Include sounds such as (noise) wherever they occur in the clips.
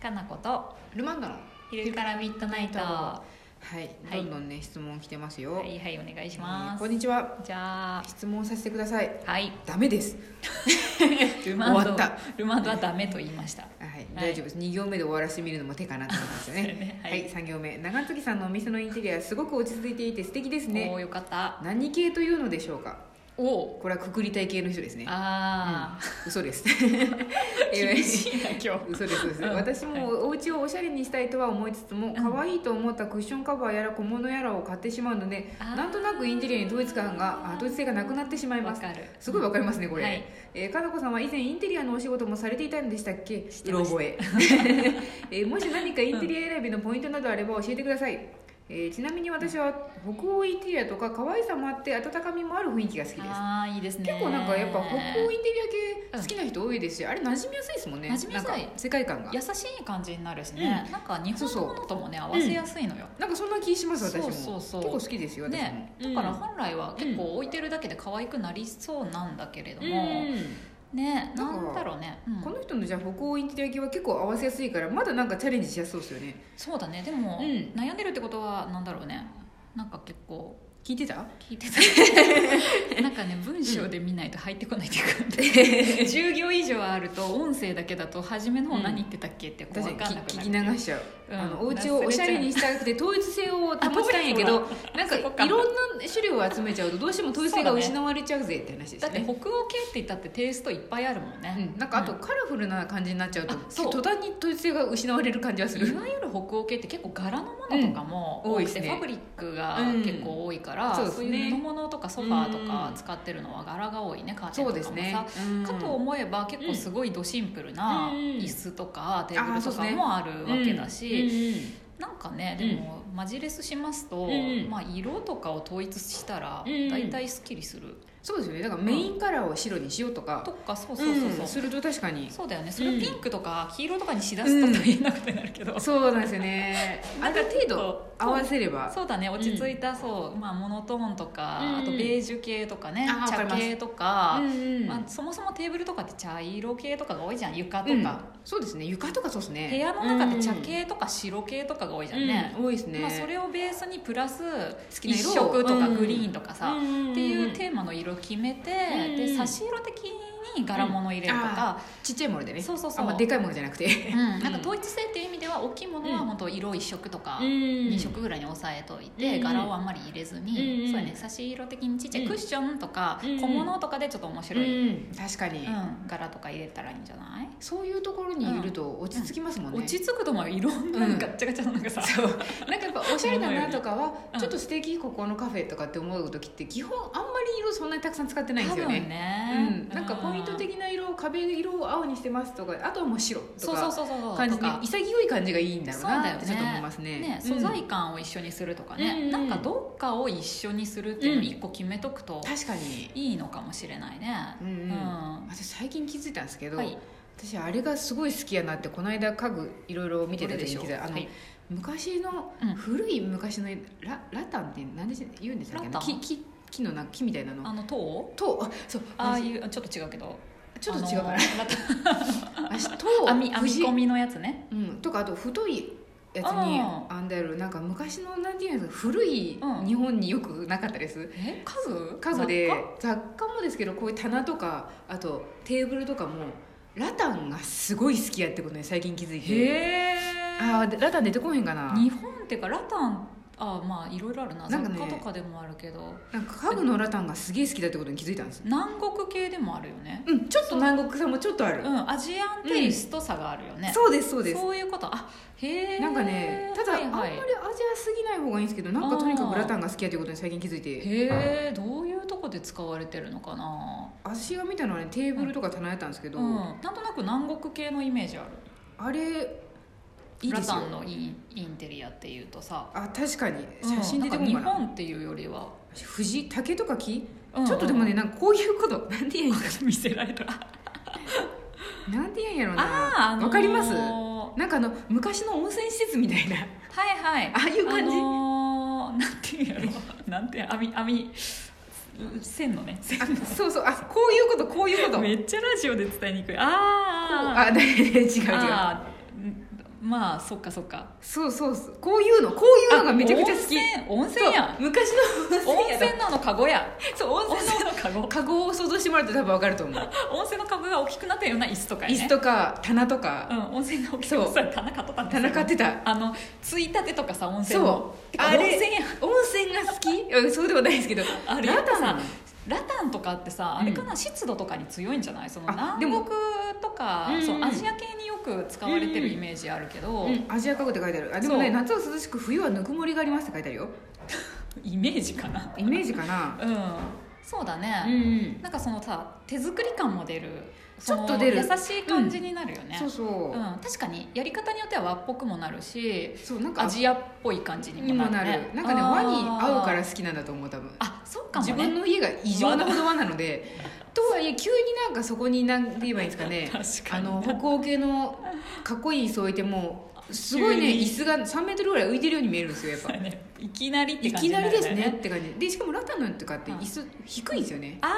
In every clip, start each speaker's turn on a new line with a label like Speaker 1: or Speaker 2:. Speaker 1: かなこと
Speaker 2: ルマンドの
Speaker 1: 昼からミッドナイトは
Speaker 2: はい、
Speaker 1: はい
Speaker 2: どんどんね質問来てますよ、
Speaker 1: いはいお願いし
Speaker 2: え
Speaker 1: ま
Speaker 2: ー
Speaker 1: す、
Speaker 2: こんにちは
Speaker 1: じゃあ
Speaker 2: 質問させてください
Speaker 1: はい
Speaker 2: ダメです
Speaker 1: (laughs)
Speaker 2: 終
Speaker 1: ルマンド
Speaker 2: わったは
Speaker 1: ルマンドはダメと言いました
Speaker 2: い、大丈夫です2行目で終わらせてみるのも手かなと思いますよね
Speaker 1: ね (laughs) は
Speaker 2: はいい、3行目長月さんのお店のインテリアすごく落ち着いていて素敵です
Speaker 1: お
Speaker 2: ね
Speaker 1: ーよかった
Speaker 2: 何系というのでしょうか
Speaker 1: おお
Speaker 2: これはくくりたい系の人ですね
Speaker 1: あ (laughs)
Speaker 2: 嘘です
Speaker 1: ー、厳しいな今日
Speaker 2: 嘘です嘘です
Speaker 1: うん
Speaker 2: 私もお家をおしゃれにしたいとは思いつつも可愛いと思ったクッションカバーやら小物やらを買ってしまうので
Speaker 1: あー
Speaker 2: なんとなくインテリアに統一感があ統一性がなくなってしまいま
Speaker 1: わ
Speaker 2: す
Speaker 1: かる
Speaker 2: すごいわかりますねこれ、
Speaker 1: はい
Speaker 2: えー、かなこさんは以前インテリアのお仕事もされていたんでしたっけ
Speaker 1: し
Speaker 2: う
Speaker 1: てま
Speaker 2: ろ
Speaker 1: した (laughs)
Speaker 2: 覚え、えーもし何かインテリア選びのポイントなどあれば教えてください、えーちなみに私は北欧インテリアとか可愛さもあって温かみもある雰囲気が好きです
Speaker 1: ああいいですね
Speaker 2: 結構なんかやっぱ北欧インテリア系好きな人多いですし、あれ馴染みやすいですもんね
Speaker 1: 馴染みやすい
Speaker 2: なんか世界観が
Speaker 1: 優しい感じになるしね、なんか日本のものともね合わせやすいのよ、
Speaker 2: なんかそんな気します私も
Speaker 1: そうそうそう
Speaker 2: 結構好きですよ私も、
Speaker 1: ね
Speaker 2: う
Speaker 1: だ
Speaker 2: ん
Speaker 1: から本来は結構置いてるだけで可愛くなりそうなんだけれど
Speaker 2: う
Speaker 1: も、
Speaker 2: ん
Speaker 1: ね
Speaker 2: な
Speaker 1: なん
Speaker 2: か
Speaker 1: んだろうね、うん
Speaker 2: この人のじゃあ北欧インテリア系は結構合わせやすいからまだなんかチャレンジしやすそうですよね
Speaker 1: そうだねでも、
Speaker 2: うん
Speaker 1: 悩んでるってことはなんだろうねなんか結構
Speaker 2: 聞い
Speaker 1: (laughs)
Speaker 2: てた
Speaker 1: 聞いて
Speaker 2: (laughs)
Speaker 1: たなんかね文章で見ないと入ってこないっていうか10行以上あると音声だけだと初めの方何言ってたっけってこう
Speaker 2: 確
Speaker 1: 分
Speaker 2: か
Speaker 1: かん
Speaker 2: に
Speaker 1: なく
Speaker 2: 聞
Speaker 1: なる
Speaker 2: 聞き流しちゃう、
Speaker 1: うん
Speaker 2: あのお家をおしゃれにしたくて統一性を保ちたいんやけどなんか
Speaker 1: (laughs) そこか
Speaker 2: いろんな種類を集めちゃうとどうしても統一性が
Speaker 1: そうだね
Speaker 2: 失われちゃうぜって話で
Speaker 1: だ
Speaker 2: す
Speaker 1: って
Speaker 2: ね
Speaker 1: 北欧系って言ったってテイストいっぱいあるもんね、
Speaker 2: うん、なんかあとカラフルな感じになっちゃうと、
Speaker 1: あそう
Speaker 2: 途端に統一性が失われる感じはす
Speaker 1: い
Speaker 2: る
Speaker 1: わゆる北欧系って結構柄のものとかも
Speaker 2: うん
Speaker 1: 多く
Speaker 2: 多い
Speaker 1: て、
Speaker 2: ですね
Speaker 1: ファブリックが結構多いから、
Speaker 2: うん
Speaker 1: そう
Speaker 2: そうですね
Speaker 1: いう布物とかソファーと
Speaker 2: う
Speaker 1: か
Speaker 2: ん
Speaker 1: 使ってるのは柄が多いねカーテン
Speaker 2: (laughs) そう
Speaker 1: と
Speaker 2: で
Speaker 1: かも
Speaker 2: す
Speaker 1: さ、
Speaker 2: ね、うん
Speaker 1: かと思えば結構すごいドシンプルな
Speaker 2: うん
Speaker 1: 椅子とかテーブルと
Speaker 2: あそう
Speaker 1: か
Speaker 2: ですね
Speaker 1: もあるわけだし、
Speaker 2: う
Speaker 1: なんかね
Speaker 2: うん
Speaker 1: でもマジレスしますと、
Speaker 2: うん
Speaker 1: まあ、色とかを統一したら
Speaker 2: うん
Speaker 1: 大体すっきりする、
Speaker 2: そうですよねだからメインカラーを白にしようとか、
Speaker 1: とかそう
Speaker 2: う
Speaker 1: そうそうそう、
Speaker 2: んすると確かに
Speaker 1: そうだよねそれピンクとか黄色とかにしだすと大変なことになるけど、
Speaker 2: そうなんですよ
Speaker 1: (laughs)
Speaker 2: ねある程度合わせれば
Speaker 1: そうだね落ち着いた、そう、まあ、モノトーンとか、
Speaker 2: うん
Speaker 1: あとベージュ系とかね
Speaker 2: あーわか
Speaker 1: 茶
Speaker 2: ります
Speaker 1: 系とか、
Speaker 2: うんうん
Speaker 1: まあ、そもそもテーブルとかって茶色系とかが多いじゃん床と
Speaker 2: うん
Speaker 1: か、
Speaker 2: そうですね床とかそうですね
Speaker 1: 部屋の中で茶系とか白系とかが多いじゃんね、
Speaker 2: うん多いですね、
Speaker 1: まあ、それをベースにプラス
Speaker 2: きな
Speaker 1: 一
Speaker 2: 色を
Speaker 1: 色とか
Speaker 2: うん
Speaker 1: グリーンとかさ、っていうテーマの色を決めて、
Speaker 2: うん
Speaker 1: で差し色的に柄物入れるとか、
Speaker 2: ちっちゃいものでね
Speaker 1: そうそうそう
Speaker 2: あんまでかいものじゃなくて
Speaker 1: うんなんか統一性っていう意味では大きいものは本当色一色とか、
Speaker 2: 2 (laughs)
Speaker 1: 2色ぐらいに抑えとい
Speaker 2: うん
Speaker 1: て、
Speaker 2: うん
Speaker 1: 柄をあんまり入れずに、
Speaker 2: うんうん
Speaker 1: そうやね差し色的にちっちゃい、
Speaker 2: うん
Speaker 1: クッションとか
Speaker 2: うんうん
Speaker 1: 小物とかでちょっと面白い、うん
Speaker 2: 確かに、
Speaker 1: 柄とか入れたらいいんじゃない、
Speaker 2: そういうところにいると落ち着きますもんね、
Speaker 1: 落ち着くともいろんな
Speaker 2: うん
Speaker 1: ガッチャガチャのなんかさ、
Speaker 2: (laughs) なんかやっぱおしゃれだなとかは
Speaker 1: うん
Speaker 2: ちょっと素敵ここのカフェとかって思う時って基本あんまり色そんなにたくさん使ってないんで
Speaker 1: 多
Speaker 2: すよ
Speaker 1: 分
Speaker 2: ね
Speaker 1: ね
Speaker 2: うん、なんかポイント
Speaker 1: に
Speaker 2: 的な色を壁色を青にしてますとかあとはもう白と
Speaker 1: そうそう
Speaker 2: か
Speaker 1: そうそうそう
Speaker 2: 感じ
Speaker 1: と
Speaker 2: で
Speaker 1: か
Speaker 2: 潔い感じがいいんだろう
Speaker 1: そうだ
Speaker 2: な
Speaker 1: よ
Speaker 2: っ
Speaker 1: ね
Speaker 2: てちょっと思いますね
Speaker 1: ね、素材感を一緒にするとかね、
Speaker 2: うんうん
Speaker 1: なんかどっかを一緒にするっていうのを一個決めとく
Speaker 2: う
Speaker 1: と
Speaker 2: ん確かに、
Speaker 1: いいのかもしれないね、
Speaker 2: うんうん
Speaker 1: うん
Speaker 2: 私最近気づいたんですけど、
Speaker 1: はい
Speaker 2: 私あれがすごい好きやなってこの間家具いろいろ見てた
Speaker 1: どれ
Speaker 2: 時
Speaker 1: でしょ
Speaker 2: に
Speaker 1: う
Speaker 2: 気づいたあの、
Speaker 1: はい
Speaker 2: 昔の、
Speaker 1: うん
Speaker 2: 古い昔のララタンって何でし言うんでしたっけ
Speaker 1: ラタン
Speaker 2: 木木木のな木みたいな
Speaker 1: あ
Speaker 2: の
Speaker 1: の塔
Speaker 2: とあそう
Speaker 1: ああいうちょっと違うけど
Speaker 2: ちょっと違うか
Speaker 1: あ
Speaker 2: な
Speaker 1: の (laughs)
Speaker 2: 足と
Speaker 1: 編み編み
Speaker 2: 藤
Speaker 1: 込みのやつね
Speaker 2: うん、とかあと太いやつに
Speaker 1: あ
Speaker 2: 編んであるなんか昔のなんていうんですか古い
Speaker 1: うん
Speaker 2: 日本によくなかったです、
Speaker 1: え家具
Speaker 2: 家具で
Speaker 1: 雑貨
Speaker 2: 雑貨もですけどこういう棚とかあとテーブルとかもラタンがすごい好きやってことに最近気づ
Speaker 1: へ
Speaker 2: いて
Speaker 1: え
Speaker 2: あーでラタン出てこへんかな
Speaker 1: 日本っていうかラタンあまあいろいろあるな
Speaker 2: なん
Speaker 1: 雑
Speaker 2: かね
Speaker 1: 貨とかでもあるけど
Speaker 2: なんか家具のラタンがすげえ好きだってことに気づいたんです
Speaker 1: 南国系でもあるよね
Speaker 2: うんちょっと南国さもちょっとある、
Speaker 1: うんアジアンテイストさがあるよね、
Speaker 2: そうですそうです
Speaker 1: そういうことあへえ
Speaker 2: なんかねただ、
Speaker 1: はいはい
Speaker 2: あんまりアジアすぎない方がいいんですけどなんかとにかくラタンが好きやってことに最近気づいて
Speaker 1: へえどういうとこで使われてるのかな
Speaker 2: 私が見たのはねテーブルとか棚やったんですけど、
Speaker 1: うん、なんとなく南国系のイメージある
Speaker 2: あれいいですよ
Speaker 1: ラタンのインインテリアっていうとさ
Speaker 2: あ確かに写真出てこ
Speaker 1: うんん
Speaker 2: か
Speaker 1: なんか
Speaker 2: な
Speaker 1: 日本っていうよりは、
Speaker 2: 藤竹とか木、
Speaker 1: うん
Speaker 2: ちょっとでもねなんかこういうことなんて言えんや
Speaker 1: 見せられた
Speaker 2: ろなんて言えんやろう
Speaker 1: あ
Speaker 2: な
Speaker 1: あ、あのー
Speaker 2: わかります
Speaker 1: は
Speaker 2: なんかあの昔の温泉施設みたいな (laughs)
Speaker 1: いはい
Speaker 2: ああいう感じ、
Speaker 1: あのー、なんていうんやろなんて網網線のね線
Speaker 2: あそうそうあこういうことこういうことこう
Speaker 1: めっちゃラジオで伝えにくい
Speaker 2: あ
Speaker 1: あーあ
Speaker 2: だ違う違う
Speaker 1: あーまあそっかそっか
Speaker 2: そうそうそうこういうのこういうのがめちゃくちゃ好き
Speaker 1: あ温泉温泉や
Speaker 2: そ
Speaker 1: ん
Speaker 2: う昔の
Speaker 1: 温
Speaker 2: 温泉や
Speaker 1: 泉のあのカゴや
Speaker 2: とそう温
Speaker 1: 温
Speaker 2: 泉
Speaker 1: 泉のカゴ
Speaker 2: のカゴを想像してもらうと多分わかると思う
Speaker 1: (laughs) 温泉のカゴが大きくなったような椅子とかや
Speaker 2: 椅
Speaker 1: ね
Speaker 2: 子とか棚と
Speaker 1: う
Speaker 2: か
Speaker 1: ん温泉が大きくな
Speaker 2: そ
Speaker 1: っ
Speaker 2: う
Speaker 1: た棚買っとったんですよ
Speaker 2: 棚買ってた
Speaker 1: あのついたてとかさ温泉の
Speaker 2: そう
Speaker 1: てか
Speaker 2: あ
Speaker 1: 温
Speaker 2: れ
Speaker 1: 泉やん
Speaker 2: 温泉が好きうんそうでもないですけど
Speaker 1: あれや
Speaker 2: ラ
Speaker 1: っぱ
Speaker 2: タ
Speaker 1: さ
Speaker 2: ン
Speaker 1: ラタンとかってさ
Speaker 2: う
Speaker 1: あ
Speaker 2: ん
Speaker 1: れかな、湿度とかに強いんじゃないその
Speaker 2: あ
Speaker 1: 南
Speaker 2: で
Speaker 1: 国
Speaker 2: も
Speaker 1: とか
Speaker 2: うんうん
Speaker 1: そうアジア系によく使われてるイメージあるけど、
Speaker 2: うん、アジア家具って書いてあるあでもね
Speaker 1: そう
Speaker 2: 夏は涼しく冬はぬくもりがありますって書いてあるよ
Speaker 1: イメージかな
Speaker 2: イメージかな
Speaker 1: うんそうだ
Speaker 2: うん、
Speaker 1: ね、なんかそのさ手作り感も出るその
Speaker 2: ちょっと出る
Speaker 1: 優しい感じになるよね、
Speaker 2: そうそう、
Speaker 1: うん確かにやり方によっては和っぽくもなるし
Speaker 2: そうなんか
Speaker 1: アジアっぽい感じに
Speaker 2: に
Speaker 1: も
Speaker 2: も
Speaker 1: な
Speaker 2: な
Speaker 1: る,、
Speaker 2: る
Speaker 1: ね、
Speaker 2: なんかね
Speaker 1: あー
Speaker 2: 和に合うから好きなんだと思う多分
Speaker 1: あそうかもね
Speaker 2: 自分の家が異常なほど和なのでとはいえ急になんかそこに何て言えばいいんですかね
Speaker 1: 確か
Speaker 2: あ
Speaker 1: に
Speaker 2: の北欧系のかっこいい椅子置いてもすごいね
Speaker 1: 急に
Speaker 2: 椅子が3メートルぐらい浮いてるように見えるんですよやっぱ
Speaker 1: そうやねいきなりって
Speaker 2: い
Speaker 1: 感じ
Speaker 2: き
Speaker 1: に
Speaker 2: な
Speaker 1: る
Speaker 2: り
Speaker 1: んだ
Speaker 2: で
Speaker 1: よ
Speaker 2: すねって感じでしかもラタンなんとかって椅子低いんですよね
Speaker 1: あー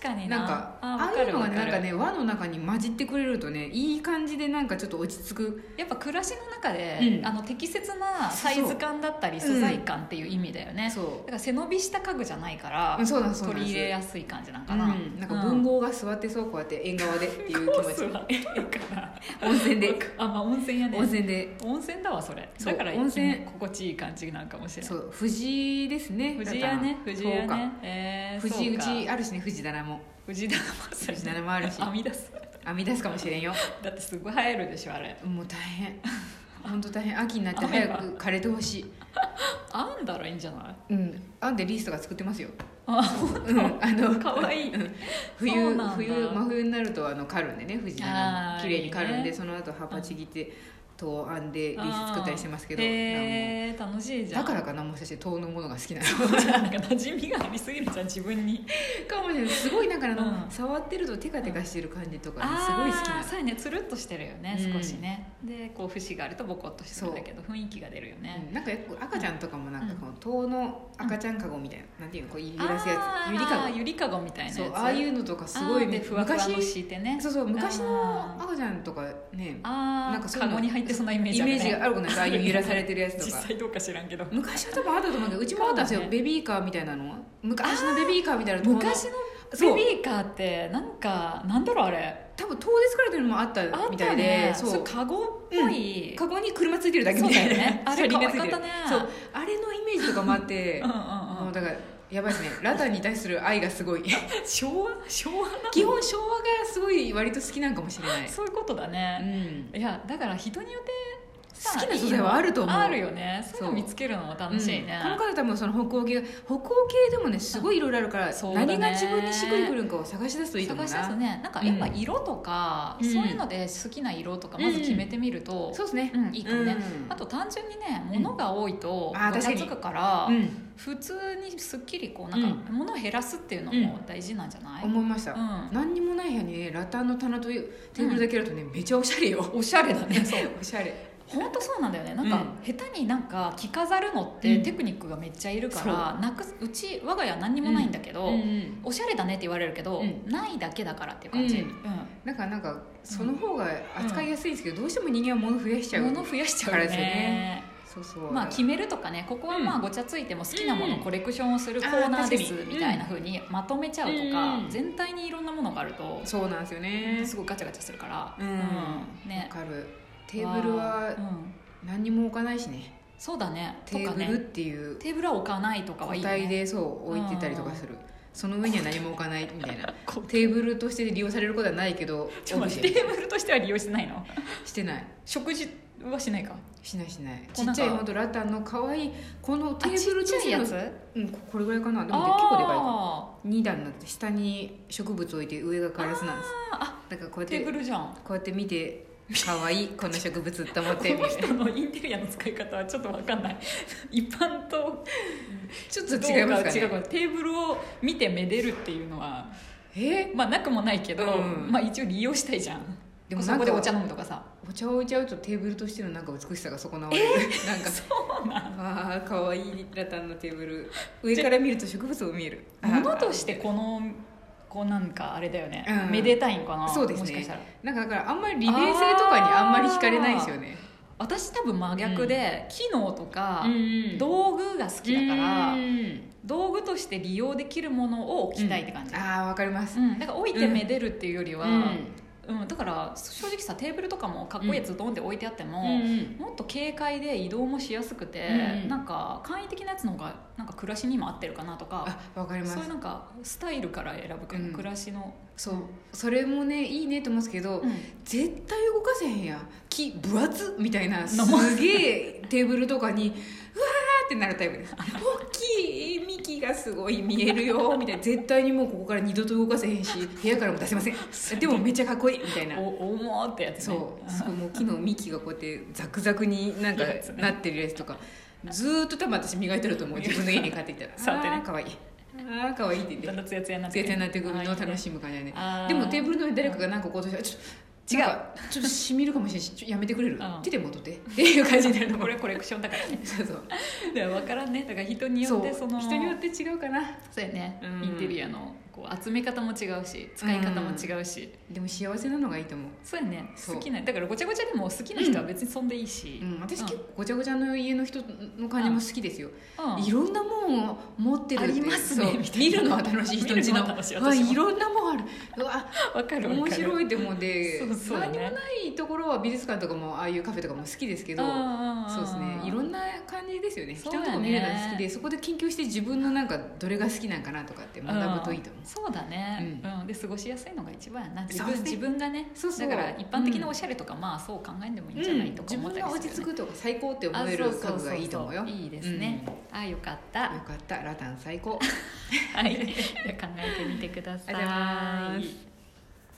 Speaker 1: 確かにな
Speaker 2: なんか
Speaker 1: あ
Speaker 2: あ
Speaker 1: ーわ
Speaker 2: あ
Speaker 1: か
Speaker 2: いう
Speaker 1: る
Speaker 2: の
Speaker 1: わか
Speaker 2: が
Speaker 1: る
Speaker 2: なんかね和の中に混じってくれるとねいい感じでなんかちょっと落ち着く
Speaker 1: やっぱ暮らしの中で、
Speaker 2: うん
Speaker 1: あの適切なサイズ感だったり
Speaker 2: そうそ
Speaker 1: 素
Speaker 2: う
Speaker 1: 材感っていう意味だよね、
Speaker 2: そ
Speaker 1: だから背伸びした家具じゃないから、
Speaker 2: うんそうなんそうなん
Speaker 1: 取
Speaker 2: です
Speaker 1: り入れやすい感じなん
Speaker 2: う
Speaker 1: か
Speaker 2: ん
Speaker 1: な、
Speaker 2: なんか文豪が座ってそうこうやって縁側でってい
Speaker 1: (laughs)
Speaker 2: う気持ち
Speaker 1: はええから
Speaker 2: 温泉で
Speaker 1: あまあ温泉やね
Speaker 2: 温泉で
Speaker 1: 温泉だわそれ
Speaker 2: そう
Speaker 1: だから
Speaker 2: 温泉
Speaker 1: うん心地いい感じなんかもしれない
Speaker 2: そう藤井ですね
Speaker 1: 藤屋ね
Speaker 2: ラタン
Speaker 1: 藤屋
Speaker 2: そうか
Speaker 1: ねえー
Speaker 2: 藤井う
Speaker 1: そう
Speaker 2: ち
Speaker 1: か
Speaker 2: あるしね藤棚も
Speaker 1: 藤棚もそうやね
Speaker 2: 藤棚もあるし
Speaker 1: 編み出す
Speaker 2: 編み出すかもしれんよ
Speaker 1: だってすごい映えるでしょあれ
Speaker 2: もう
Speaker 1: (laughs)
Speaker 2: 大変本当大変秋になって早く枯れてほしい
Speaker 1: 編んだらいいんじゃない
Speaker 2: うん編んでリースとか作ってますよ
Speaker 1: あ
Speaker 2: うんあの
Speaker 1: かわいい
Speaker 2: うん
Speaker 1: そう
Speaker 2: 冬
Speaker 1: なんだ
Speaker 2: 冬真冬になるとあの刈るんでね藤
Speaker 1: あ
Speaker 2: 棚
Speaker 1: ー
Speaker 2: も綺麗に刈るん
Speaker 1: いい
Speaker 2: で
Speaker 1: ね
Speaker 2: その後葉っぱちぎって糖編んでリース作ったりしてますけど
Speaker 1: へえ楽しいじゃ
Speaker 2: だ
Speaker 1: ん
Speaker 2: からかなもしかして糖のものが好きなの
Speaker 1: なんか馴染みがありすぎるじゃん自分
Speaker 2: (laughs)
Speaker 1: に
Speaker 2: かもしれないすごいだからあの、
Speaker 1: うん
Speaker 2: 触ってるとテカテカしてる感じとかねすごい好きな
Speaker 1: あ
Speaker 2: の
Speaker 1: あそうやねつるっとしてるよね
Speaker 2: うん
Speaker 1: 少しねでこう節があるとボコっとしてるんだけど雰囲気が出るよね
Speaker 2: うんなんかよく赤ちゃんとかもなんかこの糖の赤ちゃんカゴみたいな、なんていうのこう揺らすや
Speaker 1: あ
Speaker 2: つ
Speaker 1: ー
Speaker 2: ゆりか
Speaker 1: ゆりかごみたい
Speaker 2: ご
Speaker 1: なやつ
Speaker 2: そうああいうのとかすごい
Speaker 1: あーでふわふわの
Speaker 2: 昔
Speaker 1: 敷いてね
Speaker 2: そうそう昔
Speaker 1: あ
Speaker 2: の
Speaker 1: ー
Speaker 2: 赤ちゃんとかね
Speaker 1: あー
Speaker 2: な
Speaker 1: なんん
Speaker 2: か
Speaker 1: か
Speaker 2: そうい
Speaker 1: カ
Speaker 2: うの
Speaker 1: ゴに入ってそんなイメージ
Speaker 2: イ
Speaker 1: ある
Speaker 2: メ
Speaker 1: ね
Speaker 2: ージがあることないですかああいう揺らされてるやつ
Speaker 1: (laughs)
Speaker 2: と
Speaker 1: 実
Speaker 2: か
Speaker 1: 際どうか知らんけど
Speaker 2: 昔は多分あったと思うけどうちもあったんですよ、
Speaker 1: かもね
Speaker 2: ベビーカーみたいなの昔のベビーカーみたいなの
Speaker 1: 昔のベビーカーってなんかなんだろうあれ
Speaker 2: 多分遠で作られてるのもあった
Speaker 1: あ
Speaker 2: み
Speaker 1: ったた
Speaker 2: いで
Speaker 1: ね
Speaker 2: そ
Speaker 1: そううカゴっぽい
Speaker 2: カゴに車ついてるだけみたいな、
Speaker 1: そうだよ
Speaker 2: (laughs)
Speaker 1: ねあれ
Speaker 2: 車輪がつい
Speaker 1: 可
Speaker 2: てる
Speaker 1: 愛かったね
Speaker 2: そうあれのイメージとかもあって
Speaker 1: うんうん
Speaker 2: も
Speaker 1: (laughs) う
Speaker 2: うんだからやばいですねラタンに対する愛がす
Speaker 1: (laughs)
Speaker 2: ごい
Speaker 1: 昭和昭和な
Speaker 2: 基本昭和がすごい割と好きなんかもしれない、
Speaker 1: そういうことだ
Speaker 2: う
Speaker 1: ね
Speaker 2: ん、
Speaker 1: いやだから人によってさ
Speaker 2: 好きな素材はあると思う
Speaker 1: あるよね
Speaker 2: そう
Speaker 1: そういうの見つけるのも楽しいね
Speaker 2: うんこの方多分その北欧系が北欧系でもねすごいいろいろあるから、
Speaker 1: そうだね
Speaker 2: 何が自分にしっくりくるんかを探し出すといいと思
Speaker 1: 探
Speaker 2: う
Speaker 1: し出す
Speaker 2: な
Speaker 1: ねなんかやっぱ色とか
Speaker 2: うん
Speaker 1: そういうので好きな色とかまず決めてみると
Speaker 2: そうですね、
Speaker 1: うんいいかもね
Speaker 2: うん
Speaker 1: あと単純にね物が多いと
Speaker 2: うんあー
Speaker 1: ムカ
Speaker 2: 確かに
Speaker 1: つくから
Speaker 2: うん
Speaker 1: 普通にすっきりこうなんか物を減らすっていうのも大事なんじゃない、
Speaker 2: 思いました、
Speaker 1: うん
Speaker 2: 何にもない部屋にねラタンの棚というテーブルだけあるとね、めちゃおしゃれよおしゃれだ (laughs)
Speaker 1: ねそう
Speaker 2: おしゃれ
Speaker 1: 本当そうなんだよねなんか、下手になんか着飾るのって
Speaker 2: うん
Speaker 1: テクニックがめっちゃいるから、なくすうち我が家は何にもないんだけど、
Speaker 2: うんうん
Speaker 1: おしゃれだねって言われるけど、
Speaker 2: うん
Speaker 1: ないだけだからっていう感じ、
Speaker 2: うんなんかなんかその方が扱いやすいんですけど、どうしても人間は物増やしちゃう、
Speaker 1: うん物増やしちゃうよ
Speaker 2: からですよ
Speaker 1: ね
Speaker 2: ねそうそう
Speaker 1: まあ決めるとかねここはまあごちゃついても好きなものをコレクションをするコーナーです
Speaker 2: うんあー確かに
Speaker 1: みたいなふうにまとめちゃうとか、
Speaker 2: うん
Speaker 1: 全体にいろんなものがあると
Speaker 2: そうなんですよね
Speaker 1: すごいガチャガチャするから、
Speaker 2: うんわ
Speaker 1: ね
Speaker 2: かるテーブルは
Speaker 1: うん
Speaker 2: 何にも置かないしね
Speaker 1: そうだね
Speaker 2: テー
Speaker 1: とか
Speaker 2: ブ
Speaker 1: ね
Speaker 2: ルっていう
Speaker 1: テーブルは置かないとかは
Speaker 2: 個
Speaker 1: いい
Speaker 2: 体
Speaker 1: ね
Speaker 2: でそう置いてたりとかするその上には何も置かないみたいな
Speaker 1: こう
Speaker 2: テーブルとして利用されることはないけど
Speaker 1: (laughs) ちょっと待っ
Speaker 2: オ
Speaker 1: て
Speaker 2: ブジ
Speaker 1: テーブルとしては利用してないの
Speaker 2: ェしてない
Speaker 1: 食事はしないか
Speaker 2: しないしない
Speaker 1: こ
Speaker 2: ち
Speaker 1: うな
Speaker 2: っ
Speaker 1: んか
Speaker 2: ちゃいほんとラタンの可愛いこのテーブルと
Speaker 1: ちっちゃ
Speaker 2: し
Speaker 1: い
Speaker 2: ての
Speaker 1: やつ
Speaker 2: うんここれぐらいかなでも結構でかいかも2段になって2段に植物置いて上がガラスなんです
Speaker 1: あ
Speaker 2: だからこうや
Speaker 1: ー
Speaker 2: っ
Speaker 1: (laughs) テー
Speaker 2: て
Speaker 1: ブルじゃん
Speaker 2: こうやって見て可愛いこの植物と思っ
Speaker 1: こ
Speaker 2: てみ
Speaker 1: の
Speaker 2: たいな
Speaker 1: 人のインテリアの使い方はちょっと分かんない
Speaker 2: (laughs)
Speaker 1: 一般と
Speaker 2: ちょっと
Speaker 1: どうか
Speaker 2: 違いますか
Speaker 1: 違う
Speaker 2: ね
Speaker 1: テーブルを見てめでるっていうのは
Speaker 2: (laughs) え
Speaker 1: まあなくもないけど、
Speaker 2: うん
Speaker 1: まあ一応利用したいじゃん
Speaker 2: でも
Speaker 1: そ
Speaker 2: なんか
Speaker 1: こでお茶飲むとかさ
Speaker 2: お茶を置いちゃうとテーブルとしてのなんか美しさが損なわれる、なんか
Speaker 1: そうなん
Speaker 2: あー可愛いラタンのテーブル上から見ると植物も見える
Speaker 1: 物と
Speaker 2: し
Speaker 1: してこのこうなんかあれだよね、
Speaker 2: うん
Speaker 1: めでたいんかな
Speaker 2: そうですね
Speaker 1: もしかしたら
Speaker 2: なんかだからあんまり利便性とかにあんまり惹かれないですよね
Speaker 1: 私多分真逆で、機能とか、
Speaker 2: ん
Speaker 1: 道具が好きだから、
Speaker 2: うん
Speaker 1: 道具として利用できるものを置きたいって感じ、うん
Speaker 2: ああわかります、
Speaker 1: だから置いてめでるっていうより
Speaker 2: う
Speaker 1: は、うん、だから正直さテーブルとかもかっこいいやつドンって置いてあっても、
Speaker 2: うん
Speaker 1: もっと軽快で移動もしやすくて、
Speaker 2: うん
Speaker 1: なんか簡易的なやつの方がなんか暮らしにも合ってるかなとか
Speaker 2: あわかります
Speaker 1: そういうなんかスタイルから選ぶか、
Speaker 2: うん
Speaker 1: 暮らしの、
Speaker 2: そうそれもねいいねと思うんですけど、絶対動かせへんやん木分厚っみたいなす
Speaker 1: のも
Speaker 2: げえテーブルとかにうわーってなるタイプです大きい幹がすごい見えるよみたいな絶対にもうここから二度と動かせ
Speaker 1: (laughs)
Speaker 2: へんし部屋からも出せませんでもめっちゃかっこいいみたいな
Speaker 1: おおもーってやつ、ね、
Speaker 2: そうすごいもう木の幹がこうやってザクザクになんか
Speaker 1: いいやつね
Speaker 2: なってるやつとかずーっと多分私磨いてると思う自分の家に帰ってきたら
Speaker 1: (laughs) 触ってね
Speaker 2: あーかわいいあーかわいいって言って
Speaker 1: だんだんツヤツヤになって
Speaker 2: 絶対なってくるのを楽
Speaker 1: い
Speaker 2: しむ感じだね
Speaker 1: あー
Speaker 2: でもテ
Speaker 1: (laughs)
Speaker 2: ーブルの上に誰かがなんかこうとしたらちょっと
Speaker 1: 違う
Speaker 2: なんかちょっとしみるかもしれないしちょやめてくれ
Speaker 1: う
Speaker 2: る
Speaker 1: ん
Speaker 2: 手でも取ってっていう感じになるの
Speaker 1: これコレクションだからね
Speaker 2: そうそう
Speaker 1: だから分からんねだから人によって
Speaker 2: そ
Speaker 1: そうの
Speaker 2: 人によって違うかな
Speaker 1: そうやね、
Speaker 2: う
Speaker 1: イ
Speaker 2: ん
Speaker 1: ンテリアのこう集め方も違うし使い方も違うし、
Speaker 2: でも幸せなのがいいと思う
Speaker 1: そうやね
Speaker 2: そう
Speaker 1: 好きなだからごちゃごちゃでも好きな人は別にそんでいいし、
Speaker 2: うん、私
Speaker 1: うん
Speaker 2: 結構ごちゃごちゃの家の人の感じも好きですよ、
Speaker 1: うん
Speaker 2: いろんなもんを持ってるってい
Speaker 1: あ
Speaker 2: う
Speaker 1: りますね
Speaker 2: そう
Speaker 1: みたいな
Speaker 2: 見るのは楽しい人んちの
Speaker 1: 見るのは楽しい
Speaker 2: わ
Speaker 1: 私も
Speaker 2: いろんなもんあるうわ
Speaker 1: わかるわかる
Speaker 2: 面白いって思うんで
Speaker 1: そうそうね
Speaker 2: 何もないところは美術館とかもああいうカフェとかも好きですけどそうですねいろ
Speaker 1: ん
Speaker 2: んな感じですよね
Speaker 1: そ
Speaker 2: 人
Speaker 1: うだね
Speaker 2: のとこ見るのが好きでそこで研究して自分のなんかどれが好きなんかなとかって学ぶといいと思う、
Speaker 1: んそうだね、
Speaker 2: う
Speaker 1: うんで過ごしやすいのが一番やな自
Speaker 2: そう
Speaker 1: 分,、
Speaker 2: ね
Speaker 1: 自分がね
Speaker 2: そうそう
Speaker 1: だから一般的なおしゃれとか、まあそう考えんでもいいんじゃないとか
Speaker 2: 自
Speaker 1: 思っ
Speaker 2: 分
Speaker 1: たりす
Speaker 2: が
Speaker 1: る、ね
Speaker 2: 落ち着
Speaker 1: く
Speaker 2: くとか最高って思える家具がいいと思うよ
Speaker 1: いいですね、あよかった
Speaker 2: うんよかったラタン最
Speaker 1: (laughs)
Speaker 2: 高
Speaker 1: はいじゃあ考えてみてくださ
Speaker 2: ありがとうございま
Speaker 1: い
Speaker 2: す